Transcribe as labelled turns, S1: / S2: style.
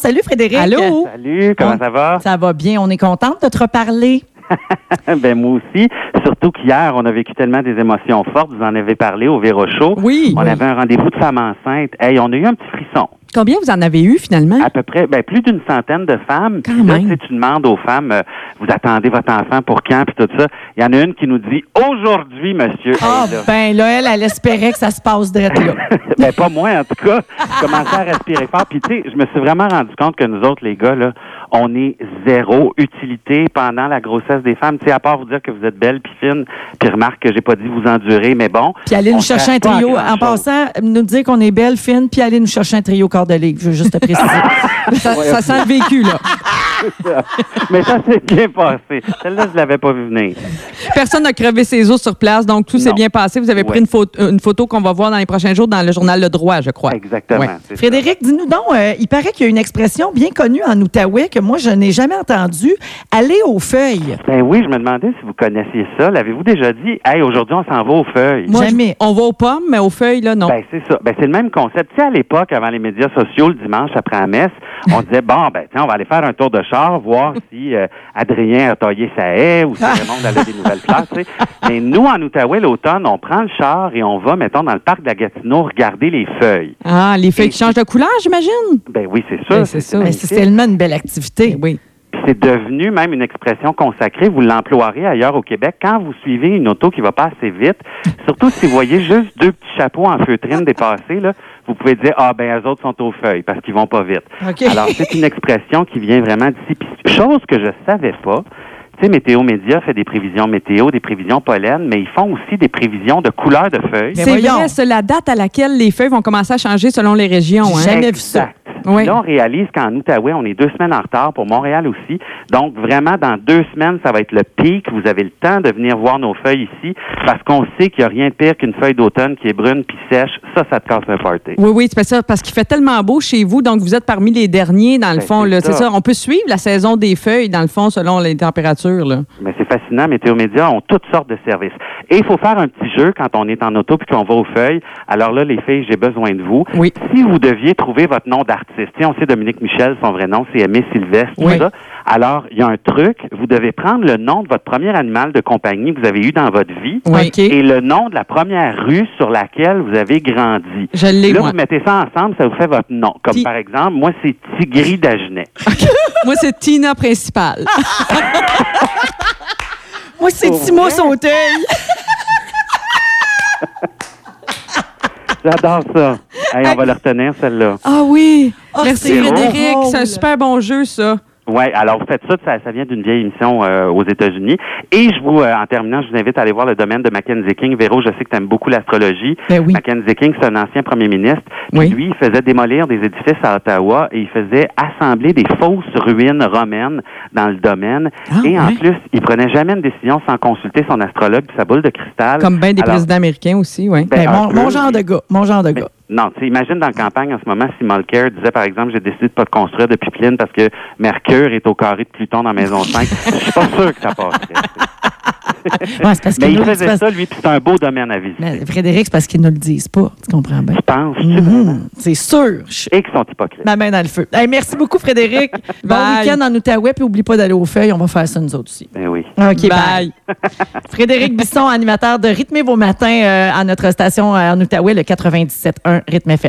S1: Salut Frédéric.
S2: Allô?
S3: Salut, comment
S2: euh, On-
S3: ça va?
S2: Ça va bien, on est contente de te reparler.
S3: ben moi aussi. Surtout qu'hier, on a vécu tellement des émotions fortes. Vous en avez parlé au Véro Show.
S2: Oui.
S3: On avait un rendez-vous de femmes enceintes. Hey, on a eu un petit frisson.
S1: Combien vous en avez eu finalement?
S3: À peu près, ben, plus d'une centaine de femmes.
S1: Quand
S3: Puis là,
S1: même.
S3: tu sais, tu demandes aux femmes, euh, vous attendez votre enfant pour quand, puis tout ça. Il y en a une qui nous dit, aujourd'hui, monsieur.
S2: Ah
S3: Hey, là.
S2: ben là, elle, elle espérait que ça se passe direct là.
S3: ben pas moi en tout cas. Je commençais à respirer fort. Puis tu sais, je me suis vraiment rendu compte que nous autres, les gars, là, on est zéro utilité pendant la grossesse des femmes. Tu sais, à part vous dire que vous êtes belle puis fine, puis remarque que j'ai pas dit vous endurer, mais bon.
S2: Puis aller
S3: on
S2: nous chercher
S3: sert
S2: un
S3: pas à
S2: trio. En
S3: grand-chose.
S2: passant, nous dire qu'on est belle, fine, puis aller nous chercher un trio corps de ligue. Je veux juste te préciser. ça, ça sent le vécu, là.
S3: Mais ça s'est bien passé. Celle-là, je l'avais pas vu venir.
S4: Personne n'a crevé ses os sur place, donc tout s'est
S3: Non.
S4: bien passé. Vous avez
S3: Ouais.
S4: pris une photo, une photo qu'on va voir dans les prochains jours dans le journal Le Droit, je crois.
S3: Exactement.
S4: Ouais.
S3: c'est ça.
S2: Frédéric, dis-nous donc, euh, il paraît qu'il y a une expression bien connue en Outaouais que moi, je n'ai jamais entendue. Aller aux feuilles.
S3: Ben oui, je me demandais si vous connaissiez ça. L'avez-vous déjà dit? Hey, aujourd'hui, on s'en va aux feuilles.
S4: Moi,
S2: Jamais.
S4: je- on va aux pommes, mais aux feuilles, là, non.
S3: Ben, c'est ça. Ben, c'est le même concept. Tu sais, à l'époque, avant les médias sociaux, le dimanche après la messe, on disait, bon, ben, tiens, on va aller faire un tour de char, voir si euh, Adrien a taillé sa haie ou si Raymond avait des nouvelles fleurs, tu sais. Mais nous, en Outaouais, l'automne, on prend le char et on va, mettons, dans le parc de la Gatineau, regarder les feuilles.
S4: ah, les feuilles qui changent de couleur, j'imagine?
S3: Ben oui, c'est sûr.
S4: Ben, c'est ça.
S2: Ben,
S3: magnifique.
S2: c'est tellement une belle activité.
S4: Oui.
S3: Puis c'est devenu même une expression consacrée. Vous l'emploierez ailleurs au Québec quand vous suivez une auto qui va pas assez vite. Surtout si vous voyez juste deux petits chapeaux en feutrine dépasser, là, vous pouvez dire ah ben les autres sont aux feuilles parce qu'ils vont pas vite.
S4: Ah,
S2: OK.
S3: Alors c'est une expression qui vient vraiment d'ici. Puis, chose que je savais pas. Tu sais, Météo Média fait des prévisions météo, des prévisions pollen, mais ils font aussi des prévisions de couleur de feuilles.
S2: Mais
S4: C'est
S2: voyons.
S4: vrai, c'est la date à laquelle les feuilles vont commencer à changer selon les régions.
S2: J'ai
S4: hein.
S2: jamais vu ça.
S3: Exact.
S4: Oui.
S3: Là, on réalise qu'en Outaouais, on est deux semaines en retard, pour Montréal aussi. Donc, vraiment, dans deux semaines, ça va être le pic. Vous avez le temps de venir voir nos feuilles ici, parce qu'on sait qu'il n'y a rien de pire qu'une feuille d'automne qui est brune puis sèche. Ça, ça te casse un party.
S4: Oui, oui, c'est parce que- parce qu'il fait tellement beau chez vous, donc vous êtes parmi les derniers, dans le
S3: Ben,
S4: fond.
S3: c'est
S4: là. C'est
S3: ça.
S4: ça. On peut suivre la saison des feuilles, dans le fond, selon les températures. Là.
S3: Mais c'est fascinant. Météo Média ont toutes sortes de services. Et il faut faire un petit jeu quand on est en auto puis qu'on va aux feuilles. Alors là, les filles, j'ai besoin de vous.
S4: Oui.
S3: Si vous deviez trouver votre nom d'artiste, tu sais, on sait Dominique Michel, son vrai nom, c'est Aimé Sylvestre,
S4: Oui.
S3: tout ça. Alors, il y a un truc. Vous devez prendre le nom de votre premier animal de compagnie que vous avez eu dans votre vie
S4: Oui.
S2: OK.
S3: et le nom de la première rue sur laquelle vous avez grandi.
S4: Je l'ai,
S3: Là,
S4: moi.
S3: vous mettez ça ensemble, ça vous fait votre nom. Comme
S4: Puis-
S3: par exemple, moi, c'est Tigri d'Agenais.
S4: moi, c'est Tina principale.
S2: Moi, c'est
S3: Pour
S2: Timo
S3: vrai?
S2: Sauteuil.
S3: J'adore ça. Hey, on va le retenir, celle-là.
S4: Ah oui!
S2: Oh,
S4: Merci
S2: c'est
S4: Frédéric,
S2: drôle.
S4: c'est un super bon jeu, ça.
S3: Oui, alors vous faites ça, ça, ça vient d'une vieille émission euh, aux États-Unis. Et je vous, euh, en terminant, je vous invite à aller voir le domaine de Mackenzie King. Véro, je sais que tu aimes beaucoup l'astrologie.
S4: Ben oui.
S3: Mackenzie King, c'est un ancien premier ministre. Puis
S4: Oui.
S3: lui, il faisait démolir des édifices à Ottawa et il faisait assembler des fausses ruines romaines dans le domaine.
S4: Ah,
S3: et en
S4: ouais.
S3: plus, il prenait jamais une décision sans consulter son astrologue puis sa boule de cristal.
S4: Comme bien des
S3: Alors,
S4: présidents américains aussi, oui.
S3: ben,
S2: Ben,
S3: un
S2: mon,
S3: peu,
S2: mon genre
S3: puis-
S2: de gars. Mon genre de
S3: mais-
S2: gars.
S3: non, tu sais, imagine dans la campagne en ce moment si Mulcair disait par exemple j'ai décidé de pas te construire de pipeline parce que Mercure est au carré de Pluton dans maison 5. Je suis pas sûr que ça passerait.
S2: Ouais, c'est parce
S3: Mais
S2: qu'ils
S3: il
S2: nous le
S3: faisait
S2: disent.
S3: ça lui puis c'est un beau domaine à visiter.
S2: Mais Frédéric, c'est parce qu'ils ne le disent pas. Tu comprends bien.
S3: Tu penses tu
S2: Mhm. C'est sûr. Je-
S3: et qu'ils sont hypocrites.
S2: Ma main dans le feu. Hey, merci beaucoup, Frédéric. bon
S4: Bye.
S2: week-end en Outaouais. Puis oublie pas d'aller aux feuilles. On va faire ça nous autres aussi.
S3: Ben oui.
S2: OK, bye.
S4: bye.
S2: Frédéric Bisson, animateur de Rythmez vos matins euh, à notre station euh, en Outaouais, le 97.1 Rythme FM.